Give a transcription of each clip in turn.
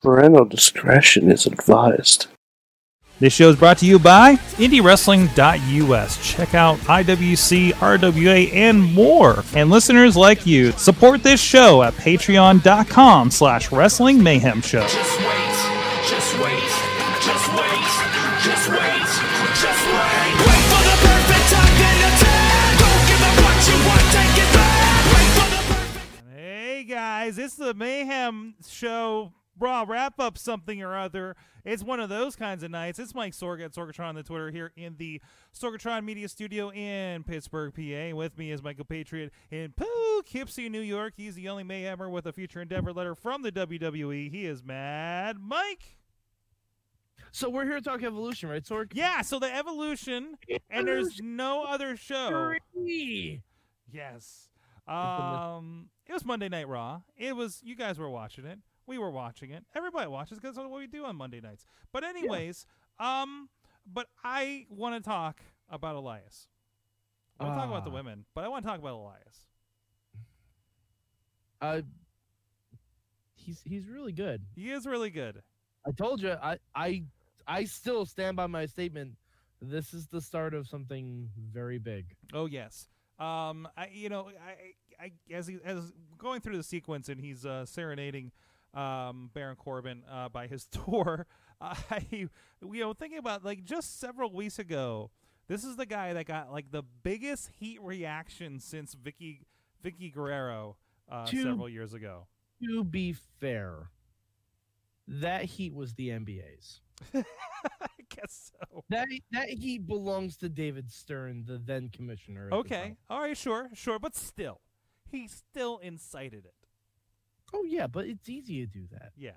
Parental discretion is advised. This show is brought to you by IndieWrestling.us. Check out IWC, RWA, and more. And listeners like you, support this show at patreon.com slash wrestling mayhem show. Just wait, just wait, just wait, just wait, just wait. Wait for the perfect time then attack. Don't give up what you want, take it back. Wait for the perfect. Hey guys, it's the Mayhem Show Raw wrap up something or other. It's one of those kinds of nights. It's Mike Sorg at Sorgatron on the Twitter here in the Sorgatron Media Studio in Pittsburgh, PA. With me is Michael Patriot in Poughkeepsie, New York. He's the only Mayhemmer with a future endeavor letter from the WWE. He is Mad Mike. So we're here to talk evolution, right, Sork? Yeah, so the evolution, and there's no other show. Three. Yes. Um, it was Monday Night Raw. It was you guys were watching it. We were watching it. Everybody watches because that's what we do on Monday nights. But anyways, um, but I want to talk about Elias. I want to talk about the Ah. women, but I want to talk about Elias. Uh, he's he's really good. He is really good. I told you, I I I still stand by my statement. This is the start of something very big. Oh yes. Um, I you know I, I as he as going through the sequence and he's uh, serenading um, Baron Corbin uh, by his door. I you know thinking about like just several weeks ago, this is the guy that got like the biggest heat reaction since Vicky Vicky Guerrero uh, To- several years ago. To be fair, that heat was the NBA's. I guess so. That that heat belongs to David Stern, the then commissioner. at the Okay. time. All right. Sure. Sure. But still, he still incited it. Oh yeah, but it's easy to do that. Yeah.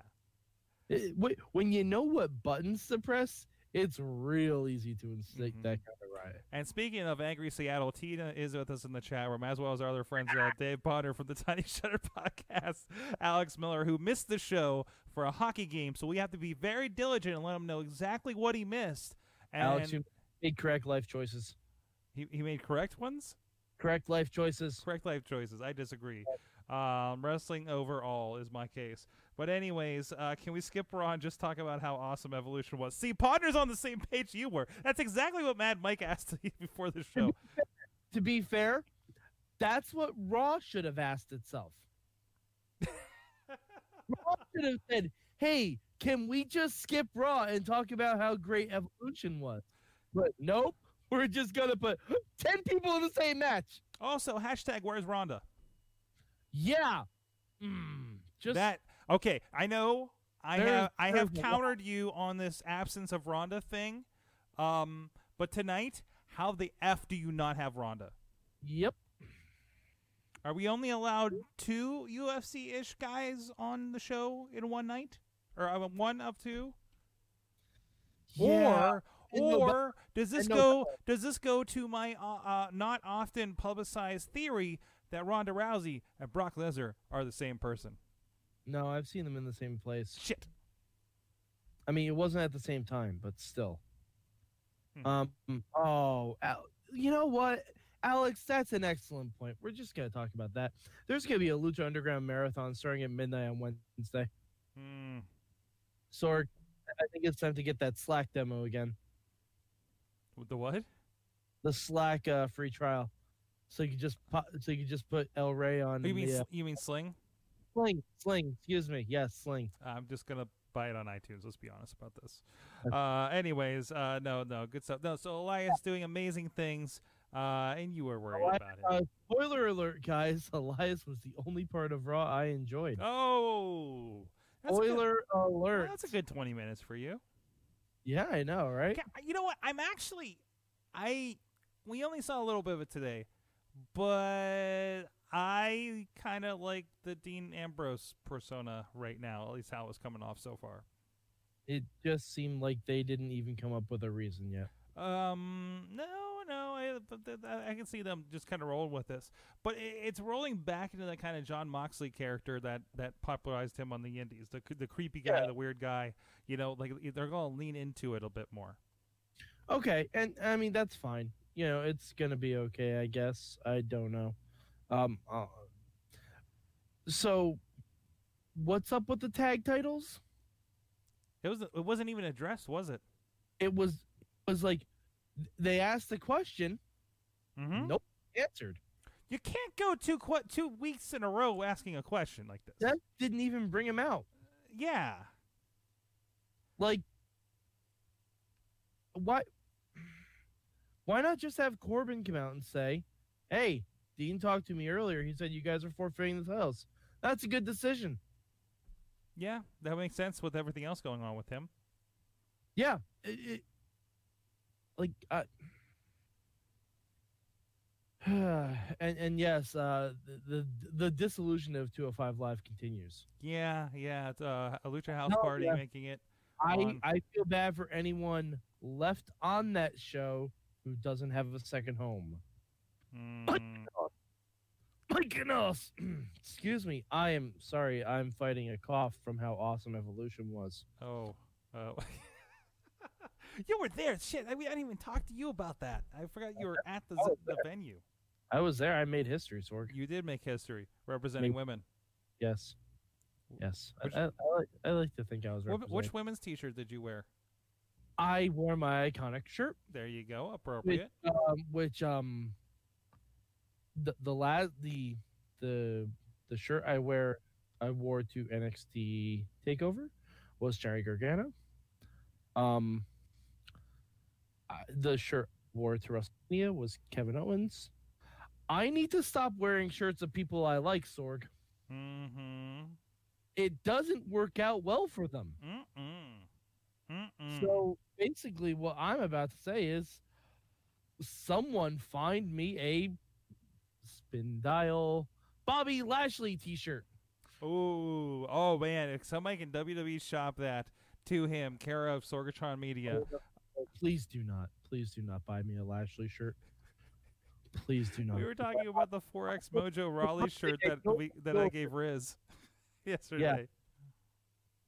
It- wh- when you know what buttons to press, it's real easy to incite Mhm. that kind of riot. And speaking of angry Seattle, Tina is with us in the chat room, as well as our other friends, uh, Dave Potter from the Tiny Shutter Podcast, Alex Miller, who missed the show for a hockey game. So we have to be very diligent and let him know exactly what he missed. And Alex, you made correct life choices. he, he made correct ones, Correct life choices. correct life choices. I disagree. Um, wrestling overall is my case. But anyways, uh, can we skip Raw and just talk about how awesome Evolution was? See, Potter's on the same page you were. That's exactly what Mad Mike asked before the show. To be fair, that's what Raw should have asked itself. Raw should have said, "Hey, can we just skip Raw and talk about how great Evolution was?" But nope, we're just gonna put ten people in the same match. Also, hashtag where's Rhonda? Yeah, Mm, just that okay. I know I There is- have I there have is a lot. countered you on this absence of Rhonda thing. Um, but tonight, how the f do you not have Rhonda? yep. Are we only allowed two UFC ish guys on the show in one night, or uh, one of two? Yeah. Or and no bu- or does this and no go does this go to my uh, uh, not often publicized theory that Ronda Rousey and Brock Lesnar are the same person? no, I've seen them in the same place. Shit. I mean, it wasn't at the same time, but still. Hmm. Um. Oh, Al- you know what, Alex? That's an excellent point. We're just gonna talk about that. There's gonna be a Lucha Underground marathon starting at midnight on Wednesday. Hmm. Sorg, I think it's time to get that Slack demo again. The what? The Slack uh, free trial. So you could just pop, so you could just put El Rey on. Oh, you mean the, uh, sl- you mean Sling? Sling? Sling. Excuse me. Yes, Sling. I'm just gonna buy it on iTunes. Let's be honest about this. Uh, anyways, uh, no, no, good stuff. No, so Elias doing amazing things, uh, and you were worried Elias, about uh, it. Spoiler alert, guys. Elias was the only part of Raw I enjoyed. Oh, that's a good- Spoiler alert. That's a good 20 minutes for you. Yeah, I know, right? Ca- You know what? I'm actually, I we only saw a little bit of it today, but I kind of like the Dean Ambrose persona right now. At least how it was coming off so far. It just seemed like they didn't even come up with a reason yet. Um, no, no, I, but th- th- I can see them just kind of rolling with this, but i it's rolling back into that kind of John Moxley character that that popularized him on the Indies, the c- the creepy guy, the weird guy. You know, like i- they're gonna lean into it a bit more. Okay, and I mean that's fine. You know, it's gonna be okay, I guess. I don't know. Um, uh, so what's up with the tag titles? It was. It wasn't even addressed, was it? It was was like they asked the question, Mm-hmm. nope, answered. You can't go two qu- two weeks in a row asking a question like this. That didn't even bring him out. yeah. Like, why? Why not just have Corbin come out and say, "Hey, Dean talked to me earlier. He said you guys are forfeiting the titles. That's a good decision." Yeah, that makes sense with everything else going on with him. Yeah, it, it- like I. and and yes, uh, the, the the disillusion of 205 Live continues. Yeah, yeah. It's uh, a Lucha House No, Party yeah. making it. I on. I feel bad for anyone left on that show who doesn't have a second home. Mm, My goodness. Excuse me. I am sorry. I'm fighting a cough from how awesome Evolution was. oh, oh. you were there. Shit, I, we- I didn't even talk to you about that. I forgot you were at the, I was the venue. I was there. I made history, Sorg. You did make history representing Maybe- women. Yes. Yes. I- Which- I, I, like, I like to think I was Wh- which represented. women's T-shirt did you wear? I wore my iconic shirt, There you go. Appropriate. um, which um, the the last the the the shirt I wear I wore to NXT Takeover was Jerry Gargano. Um, I- the shirt I wore to WrestleMania was Kevin Owens. I need to stop wearing shirts of people I like, Sorg. Mm-hmm. It doesn't work out well for them. Mm-mm. Mm-mm. So basically, what I'm about to say is, someone find me a spin dial Bobby Lashley T-shirt. Ooh, oh man! If somebody can WWE shop that to him, care of Sorgatron Media. Oh, Please do not. Please do not buy me a Lashley shirt. Please do not. We were talking about the Forex Mojo Raleigh shirt that we that I gave Riz yesterday.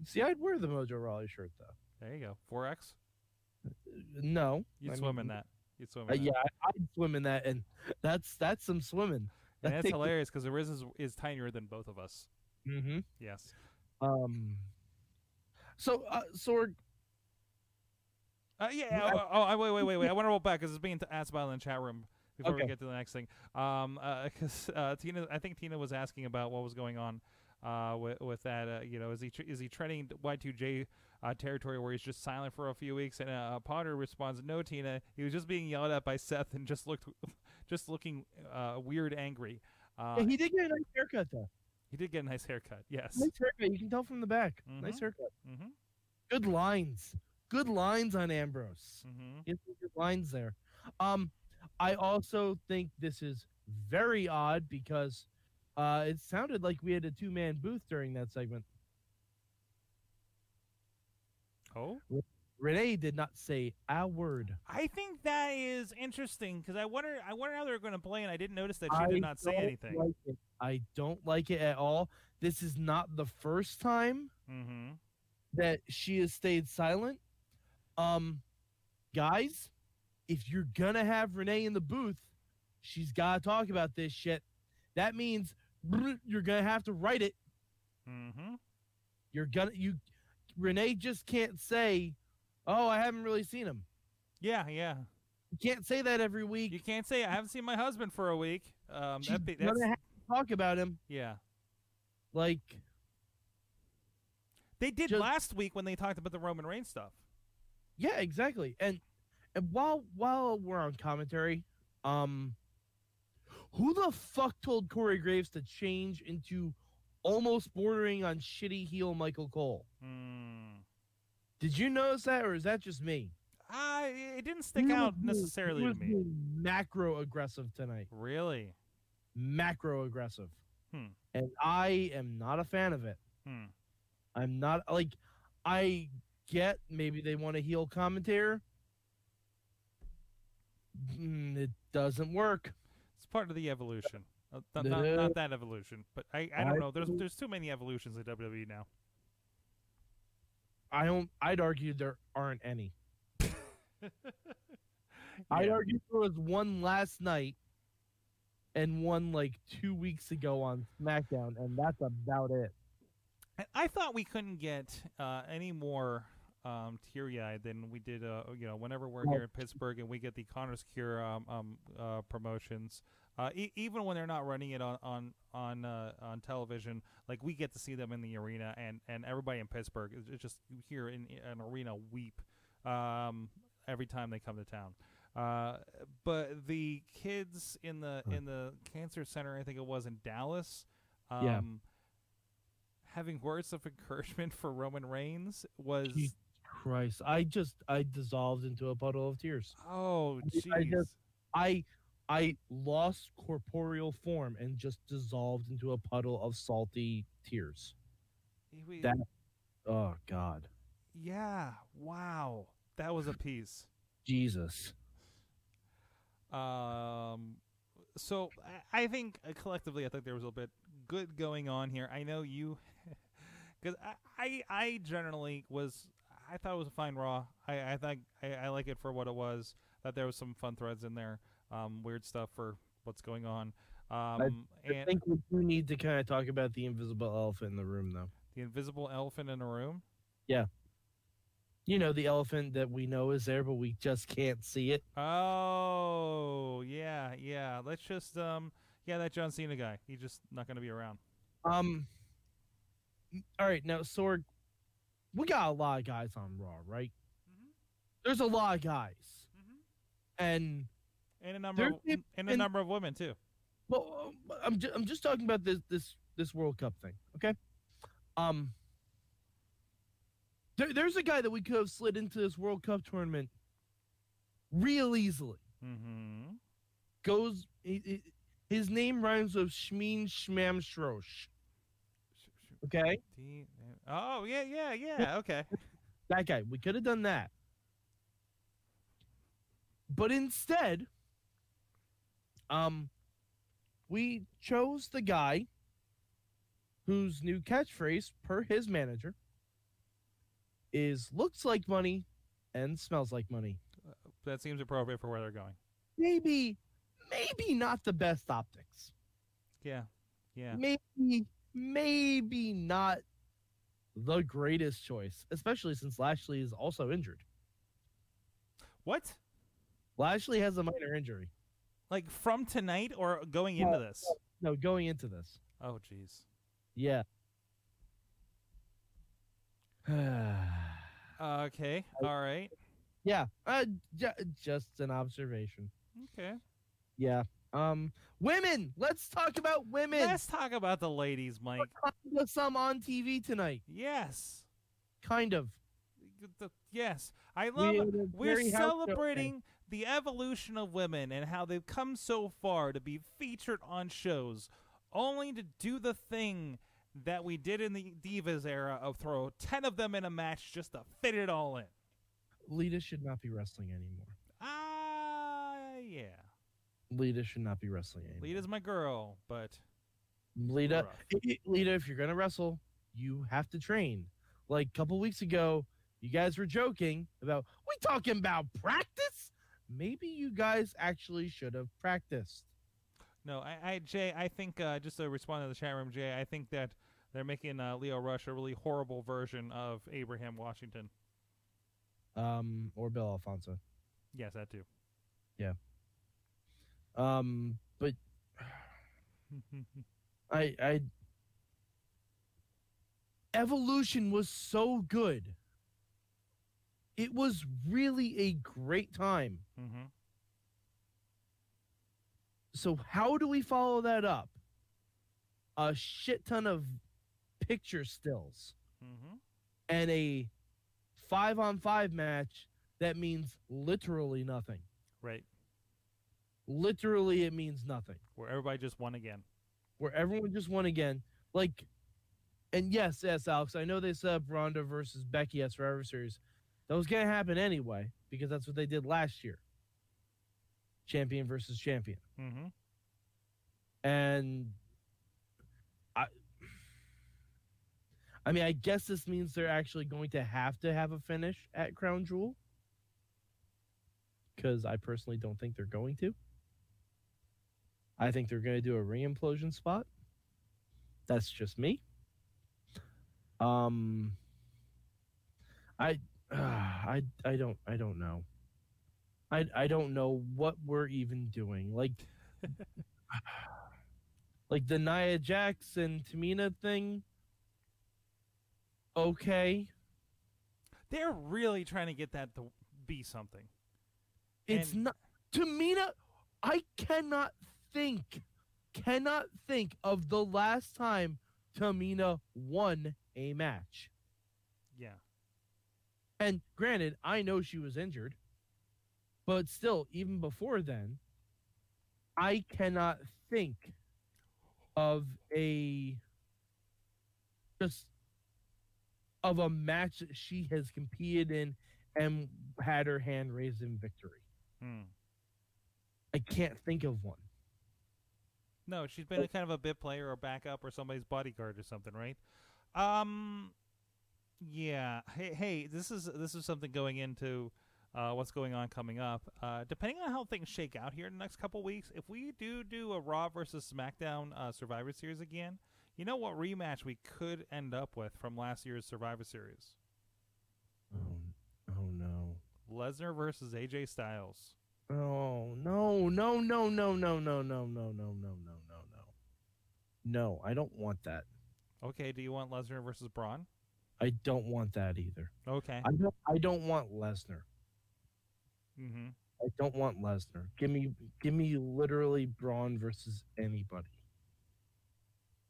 See, I'd wear the Mojo Raleigh shirt though. There you go, Forex. No, You I would swim mean, in that. You would swim in uh, that. yeah, I- I'd swim in that, and that's that's some swimming. and that that's takes- hilarious because the Riz is, is tinier than both of us. Mm-hmm. Yes. Um. So, uh, Sorg, Uh, yeah. Oh, oh, oh, wait, wait, wait, wait. I want to roll back because it's being t- asked about in the chat room before we Okay. get to the next thing. Um, because uh, Tina, I think Tina was asking about what was going on, uh, with, with that. Uh, you know, is he tr- is he treading Y two J uh, territory where he's just silent for a few weeks? And uh, Potter responds, "No, Tina. He was just being yelled at by Seth and just looked, just looking uh, weird, angry. Uh, yeah, he-, he did get a nice haircut though. did get a nice haircut. Yes. Nice haircut. You can tell from the back. Mhm. Nice haircut. Mm-hmm. Good lines. Good lines on Ambrose. Mm-hmm. He has some good lines there. Um, I also think this is very odd because uh, it sounded like we had a two man booth during that segment. Oh. Renee did not say a word. I think that is interesting because I wonder, I wonder how they're going to play, and I didn't notice that she did not say don't anything. like it. I don't like it at all. This is not the first time Mm-hmm. that she has stayed silent. Um, guys, if you're gonna have Renee in the booth, she's gotta talk about this shit. That means you're gonna have to write it. Mm-hmm. You're gonna you Renee just can't say, "Oh, I haven't really seen him." Yeah, yeah. You can't say that every week. You can't say I haven't seen my husband for a week. Um, She's that be, gonna that's have to talk about him. yeah. Like, They did Just- last week when they talked about the Roman Reigns stuff. yeah, exactly. And and while while we're on commentary, um, who the fuck told Corey Graves to change into almost bordering on shitty heel Michael Cole? Mm. Did you notice that, or is that just me? I it didn't stick He out was being- necessarily he to was me. being Macro aggressive tonight. Really? macro aggressive. Hmm. And I am not a fan of it. Hmm. I'm not like I get maybe they want a heel commentator. Mm, it doesn't work. It's part of the evolution. Uh, th- not, not that evolution, but I, I don't I know. There's think- there's too many evolutions in WWE now. I don't I'd argue there aren't any. I'd Yeah. argue there was one last night and one like two weeks ago on SmackDown, and that's about it. I- I thought we couldn't get uh, any more um, teary-eyed than we did. Uh, you know, whenever we're Right. here in Pittsburgh and we get the Connors Cure um, um, uh, promotions, uh, e- even when they're not running it on on on uh, on television, like we get to see them in the arena, and and everybody in Pittsburgh is is just you hear in an arena weep um, every time they come to town. Uh, but the kids in the Right. in the cancer center, I think it was in Dallas, um, Yeah. having words of encouragement for Roman Reigns was Jesus Christ, I just I dissolved into a puddle of tears. oh I jeez, just- I I lost corporeal form and just dissolved into a puddle of salty tears. He- we- that- Oh God, yeah, wow, that was a piece. Jesus. Um, so I, I think uh, collectively, I think there was a bit good going on here. I know you, because I, I I generally was I thought it was a fine raw. I I think I, I like it for what it was. That there was some fun threads in there, um, weird stuff for what's going on. Um, I and think we do need to kind of talk about the invisible elephant in the room, though. the invisible elephant in the room. You know, the elephant that we know is there, but we just can't see it. Oh yeah, yeah. Let's just um, yeah, that John Cena guy. He's just not going to be around. Um. All right, now Sorg, we got a lot of guys on Raw, right? Mhm. There's a lot of guys, Mhm. and And a number, of, There's- and a and- number of women too. well, um, I'm ju- I'm just talking about this this this World Cup thing, okay? Um. There, there's a guy that we could have slid into this World Cup tournament real easily. Mm-hmm. Goes he, he- his name rhymes with Shmeen Shmam Shrosh. Okay, D- oh yeah, yeah, yeah. Okay. that guy. We could have done that. But instead, um, we chose the guy whose new catchphrase, per his manager, is looks like money and smells like money. That seems appropriate for where they're going. Maybe, maybe not the best optics. Yeah, yeah. Maybe, maybe not the greatest choice, especially since Lashley is also injured. What? Lashley has a minor injury. Like from tonight or going into this? No, going into this. Oh, jeez. Yeah. Okay. All right. yeah. Uh, ju- just an observation. Okay. Yeah. Um, women. Let's talk about women. Let's talk about the ladies, Mike. Kind of some on TV tonight. Yes. Kind of. The- yes. I love. had a We're very house show thing. celebrating the evolution of women and how they've come so far to be featured on shows, only to do the thing that we did in the Divas era of throw 10 of them in a match just to fit it all in. Lita should not be wrestling anymore. Ah, yeah. Lita should not be wrestling anymore. Lita's my girl, but Lita, rough. Lita, if you're gonna wrestle, you have to train. Like a couple weeks ago, you guys were joking about we talking about practice. Maybe you guys actually should have practiced. no, I, I Jay, I think uh, just to respond to the chat room, Jay, I think that they're making uh, Leo Rush a really horrible version of Abraham Washington. Um, or Bill Alfonso. Yes, that too. Um, but Mm-hmm, I, I, Evolution was so good. It was really a great time. hmm so how do we follow that up? A shit ton of picture stills hmm and a five on five match that means literally nothing. Right. Literally, it means nothing. Where everybody just won again. Where everyone just won again. Like, and yes, yes, Alex, I know they set up Ronda versus Becky at Survivor Series. That was going to happen anyway because that's what they did last year champion versus champion. hmm and I, I mean, I guess this means they're actually going to have to have a finish at Crown Jewel, because I personally don't think they're going to. I think they're going to do a re-implosion spot. That's just me. Um, I uh, I I don't I don't know. I I don't know what we're even doing. Like like the Nia Jax and Tamina thing. Okay. They're really trying to get that to be something. It's And- not Tamina. I cannot think, cannot think of the last time Tamina won a match. Yeah. And granted, I know she was injured, but still, even before then, I cannot think of a just of a match that she has competed in and had her hand raised in victory. Hmm. I can't think of one. No, she's been a kind of a bit player or backup or somebody's bodyguard or something, right? Um, yeah. Hey, hey, this is this is something going into uh, what's going on coming up. Uh, depending on how things shake out here in the next couple weeks, if we do do a Raw versus SmackDown uh, Survivor Series again, you know what rematch we could end up with from last year's Survivor Series? Oh, oh no. Lesnar versus AJ Styles. Oh no no no no no no no no no no no no no. No, I don't want that. Okay, do you want Lesnar versus Braun? I don't want that either. Okay. I don't I don't want Lesnar. mm-hmm. I don't want Lesnar. Give me give me literally Braun versus anybody.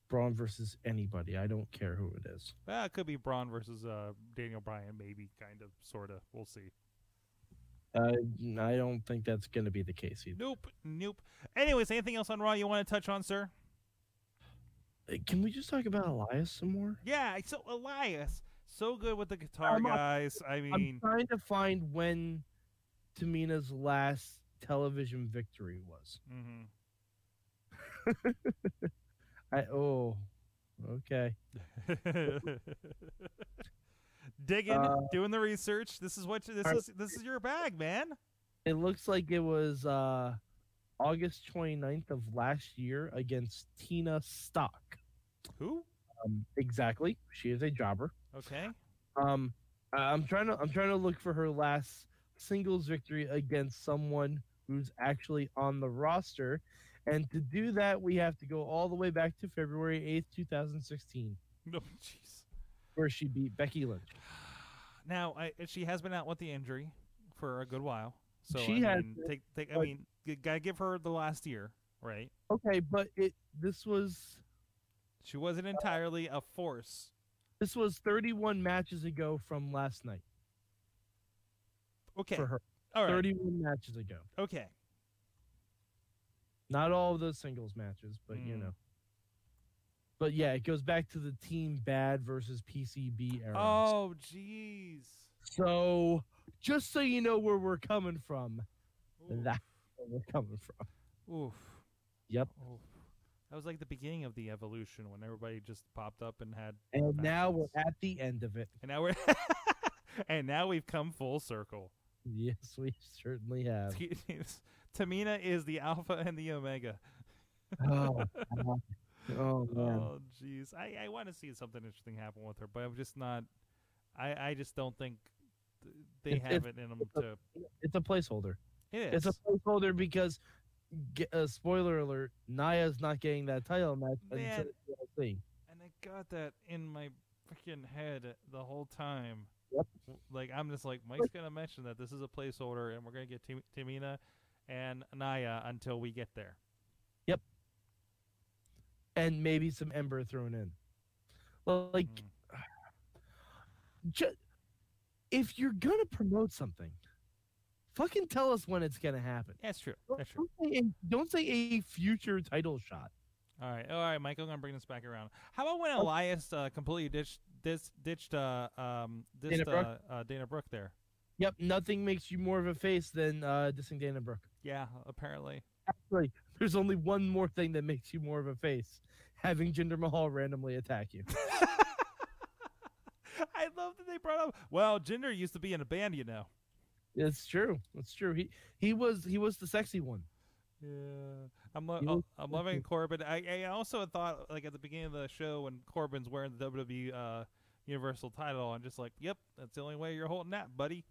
Braun versus anybody. I don't care who it is. Well, it could be Braun versus uh, Daniel Bryan, maybe, kind of, sort of. We'll see. Uh, I don't think that's going to be the case either. Nope, nope. Anyways, anything else on Raw you want to touch on, sir? Uh, Can we just talk about Elias some more? Yeah, so Elias, so good with the guitar, I'm- guys. I mean, I'm trying to find when Tamina's last television victory was. hmm I oh, okay. mm-hmm. digging, Uh, doing the research. This is what you, this I- is. This is your bag, man. It looks like it was uh August 29th of last year against Tina Stock. Who? Um, exactly. She is a jobber. Okay. Um, I- I'm trying to I'm trying to look for her last singles victory against someone who's actually on the roster, and to do that, we have to go all the way back to February 8th, 2016, No, jeez. where she beat Becky Lynch. Now I, she has been out with the injury for a good while, so She I has mean, been, take, take. I but- mean, g- gotta give her the last year, right? Okay, but it this was She wasn't entirely a force. this was 31 matches ago from last night Okay. for her. All right. 31 matches ago. Okay. Not all of those singles matches, but you Mm. know. But yeah, it goes back to the Team Bad versus PCB era. Oh, jeez. So, just so you know where we're coming from, Oof. that's where we're coming from. Oof. Yep. Oof. That was like the beginning of the evolution when everybody just popped up and had, And now we're Facts. at the end of it. and now we're, and now we've come full circle. Yes, we certainly have. Tamina is the alpha and the omega. Oh, God. oh man. Oh, jeez. I, I want to see something interesting happen with her, but I'm just not. I, I just don't think th- they It's- have it's- it in them it's a- to. It's a placeholder. It is. It's a placeholder because, ge- uh, spoiler alert, Naya's not getting that title match Man. until DLC. and I got that in my freaking head the whole time. Yep. W- Like I'm just like Mike's gonna mention that this is a placeholder, and we're gonna get Tim- Tamina and Naya until we get there. and maybe some Ember thrown in. Well, Like, Mm. ju- if you're gonna promote something, fucking tell us when it's gonna happen. That's true. Don't- That's true. Don't say, a, don't say a future title shot. All right. All right, Mike. I'm gonna bring this back around. How about when Okay. Elias uh, completely ditched this ditched uh um ditched, Dana Brooke? Uh, uh, Dana Brooke there? Yep, nothing makes you more of a face than uh, dissing Dana Brooke. Yeah. Apparently. Actually, there's only one more thing that makes you more of a face: having Jinder Mahal randomly attack you. I love that they brought up. Well, Jinder used to be in a band, you know. it's true. It's true. He he was he was the sexy one. Yeah, I'm lo- You oh, look I'm loving Corbin. I, I also thought like at the beginning of the show when Corbin's wearing the WWE uh, Universal title and just like, yep, that's the only way you're holding that, buddy.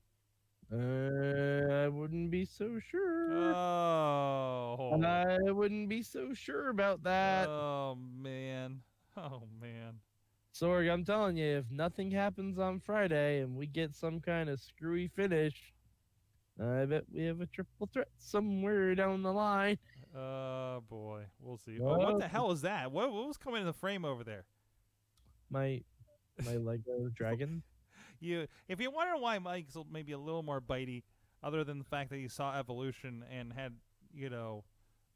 Uh, I wouldn't be so sure. Oh. And I wouldn't be so sure about that. Oh man. Oh man. Sorg, I'm telling you, if nothing happens on Friday and we get some kind of screwy finish, I bet we have a triple threat somewhere down the line. Oh boy. We'll see. Oh, what the Well- hell is that? What what was coming in the frame over there? My my Lego dragon. You if you're wondering why Mike's l- maybe a little more bitey, other than the fact that he saw evolution and had, you know,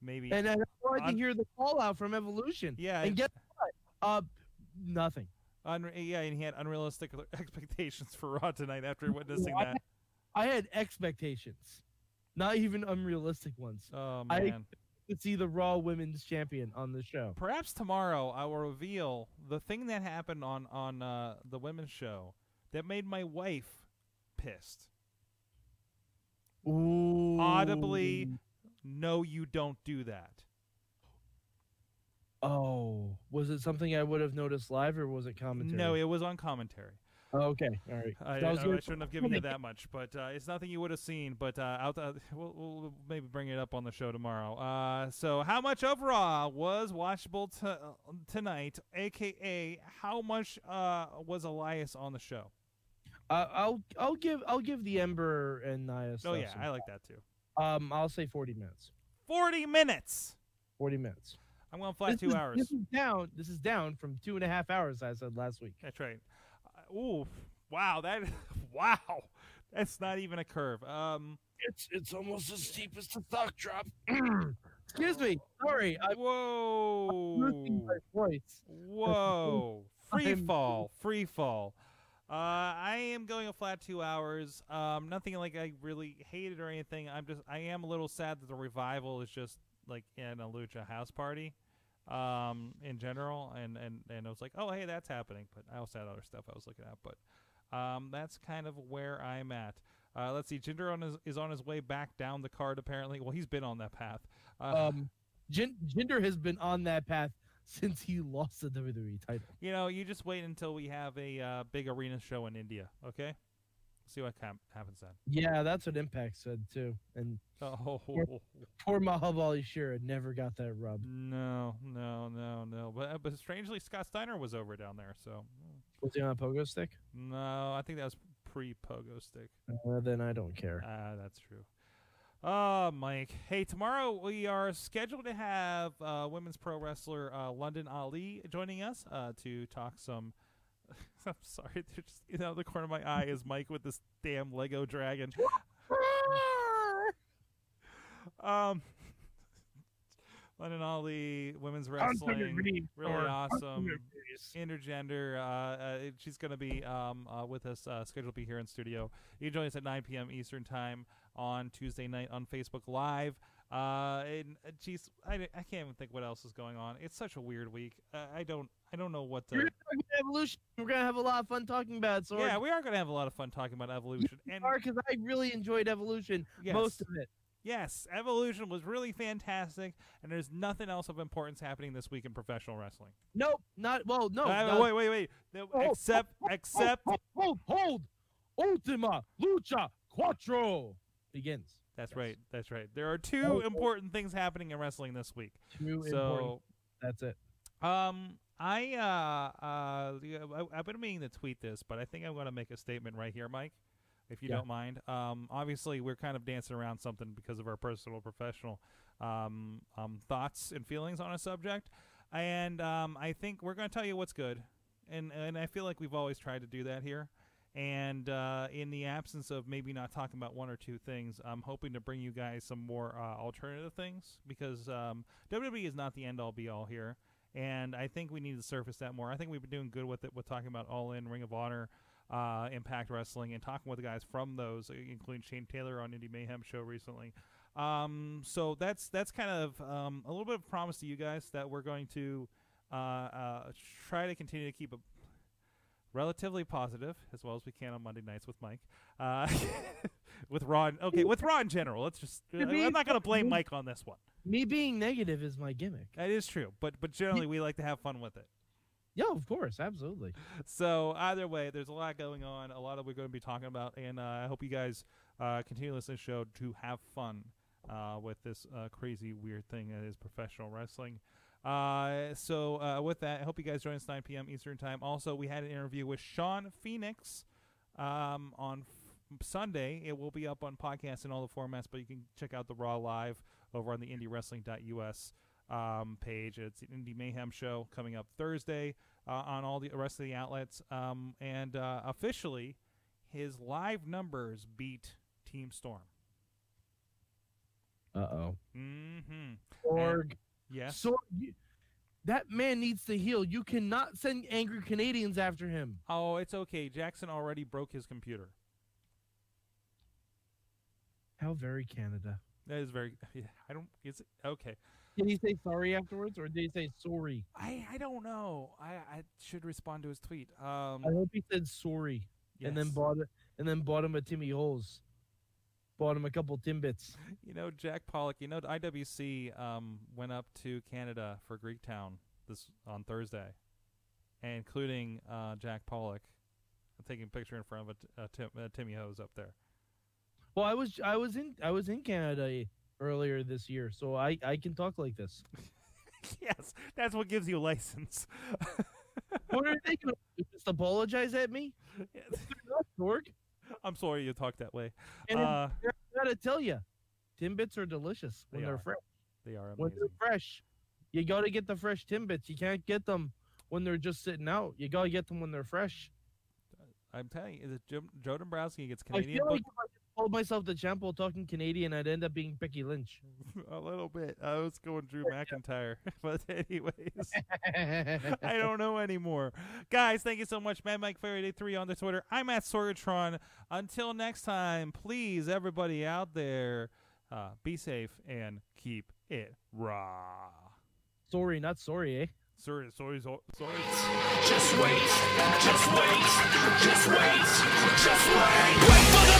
maybe And I don't want On- to hear the call out from Evolution. Yeah, And it- guess what? Uh nothing. unre- yeah, and he had unrealistic l- expectations for Raw tonight after witnessing I- that. I had expectations. Not even unrealistic ones. Oh I- man. To see the Raw Women's Champion on the show. Perhaps tomorrow I will reveal the thing that happened on on uh, the women's show that made my wife pissed. Ooh. Audibly, no, you don't do that. Oh. Was it something I would have noticed live or was it commentary? No, it was on commentary. Oh, okay. All right. I, That I, was good. I shouldn't have given you that much, but uh, it's nothing you would have seen. But uh, out, uh, we'll, we'll maybe bring it up on the show tomorrow. Uh, so, how much of Raw was watchable t- uh, tonight? AKA, how much uh, was Elias on the show? Oh, I- I'll I'll give I'll give the Ember and Nia. Oh, stuff yeah, some- I like that too. um, I'll say forty minutes. 40 minutes. Forty minutes. I'm going to fly This two is- hours. This is down. This is down from two and a half hours I said last week. That's right. Uh, ooh, wow. That wow. That's not even a curve. Um, It's it's almost as steep as the sock drop. Excuse me. Sorry, I'm losing whoa, my voice. whoa, free I'm- fall, free fall. Uh, I am going a flat two hours. Um, nothing like I really hated or anything. I'm just I am a little sad that the revival is just like in a lucha house party, um, in general. And and and I was like, oh hey, that's happening. But I also had other stuff I was looking at. But Um, that's kind of where I'm at. Uh, let's see. Jinder on his, is on his way back down the card. Apparently, well, he's been on that path. Uh, Um, Jin, Jinder has been on that path since he lost the WWE title. you know, you just wait until we have a uh, big arena show in India. Okay, see what hap- happens then. Yeah, that's what Impact said too. And Oh poor Mahabali Shira never got that rub. no, no, no, no. But uh, but strangely, Scott Steiner was over down there. So mm. Was he on a pogo stick? no, I think that was pre Pogo Stick. Uh, then I don't care. Ah, that's true. Uh, Mike. Hey, tomorrow we are scheduled to have uh, women's pro wrestler uh, London Ali joining us uh, to talk some. I'm sorry, they're just you know the corner of my eye is Mike with this damn Lego dragon. um, London Ali, women's wrestling, really awesome intergender. Uh, uh, it- she's going to be um, uh, with us, uh, scheduled to be here in studio. You can join us at 9 p.m. Eastern Time on Tuesday night on Facebook Live. Uh, and uh, geez, I, di- I can't even think what else is going on. It's such a weird week. Uh, I don't I don't know what We're the gonna talk about evolution. We're gonna have a lot of fun talking about it. So yeah. We are going to have a lot of fun talking about evolution and because I really enjoyed evolution yes, most of it. yes, evolution was really fantastic. And there's nothing else of importance happening this week in professional wrestling. Nope, not well. No, Uh, not- wait, wait, wait. No, Oh, except Hold, except hold, Oh, hold, hold. Ultima Lucha Cuatro begins. That's Yes. right. That's right. There are two Oh, oh. important things happening in wrestling this week. Two important. so, That's it. um, I uh, uh, yeah, I, I've been meaning to tweet this, but I think I'm going to make a statement right here, Mike, if you Yeah. don't mind. Um, obviously we're kind of dancing around something because of our personal, professional, um, um, thoughts and feelings on a subject, and um, I think we're going to tell you what's good, and and I feel like we've always tried to do that here. And uh, in the absence of maybe not talking about one or two things, I'm hoping to bring you guys some more uh, alternative things because um, WWE is not the end all be all here. And I think we need to surface that more. I think we've been doing good with it with talking about All In, Ring of Honor, uh, Impact Wrestling, and talking with the guys from those, including Shane Taylor on Indie Mayhem show recently. Um, so that's that's kind of um, a little bit of promise to you guys that we're going to uh, uh, try to continue to keep a relatively positive as well as we can on Monday nights with Mike. Uh, with Ron, okay, with Ron in general. Let's just. To be I'm not going to blame fair- Mike on this one. Me being negative is my gimmick. That is true, but but generally we like to have fun with it. Yeah, of course, absolutely. So either way, there's a lot going on, a lot that we're going to be talking about, and uh, I hope you guys uh, continue listening to the show to have fun uh, with this uh, crazy, weird thing that is professional wrestling. Uh, so uh, with that, I hope you guys join us 9 p.m. Eastern time. Also, we had an interview with Sean Phoenix um, on f- Sunday. It will be up on podcasts and all the formats, but you can check out the Raw Live over on the IndieWrestling.us um, page. It's an Indie Mayhem show coming up Thursday uh, on all the rest of the outlets. Um, and uh, officially, his live numbers beat Team Storm. Uh oh. Mm-hmm. Org. Yes. So you, that man needs to heal. You cannot send angry Canadians after him. Oh, it's okay. Jackson already broke his computer. How very Canada. That is very. I don't. Is it okay? Did he say sorry afterwards, or did he say sorry? I I don't know. I I should respond to his tweet. I Um. hope he said sorry, and then yes. bought it, and then bought him a Timmy Holes, bought him a couple Timbits. You know, Jack Pollock. You know, the IWC um went up to Canada for Greektown this on Thursday, and including uh, Jack Pollock, taking a picture in front of a, t- a, Tim, a Timmy Hose up there. Well, I was I was in I was in Canada earlier this year, so I I can talk like this. yes, that's what gives you a license. what are they gonna do, just apologize at me? Org, I'm sorry you talk that way. and I Uh, gotta tell you, Timbits are delicious when They they are are. fresh. they are When amazing. they're fresh, you gotta get the fresh Timbits. You can't get them when they're just sitting out. You gotta get them when they're fresh. I'm telling you, is it Jim, Joe Dombrowski gets I Canadian feel book like if I just hold myself to Chample talking Canadian, I'd end up being Becky Lynch. a little bit. I was going Drew McIntyre, but anyways, I don't know anymore. Guys, thank you so much, Mad Mike Faraday three on the Twitter. I'm at Sorgatron. Until next time, please, everybody out there, uh, be safe and keep it raw. sorry, not sorry, eh? Sorry, sorry, sorry. sorry. Just wait, just wait, just wait, just wait. Wait for the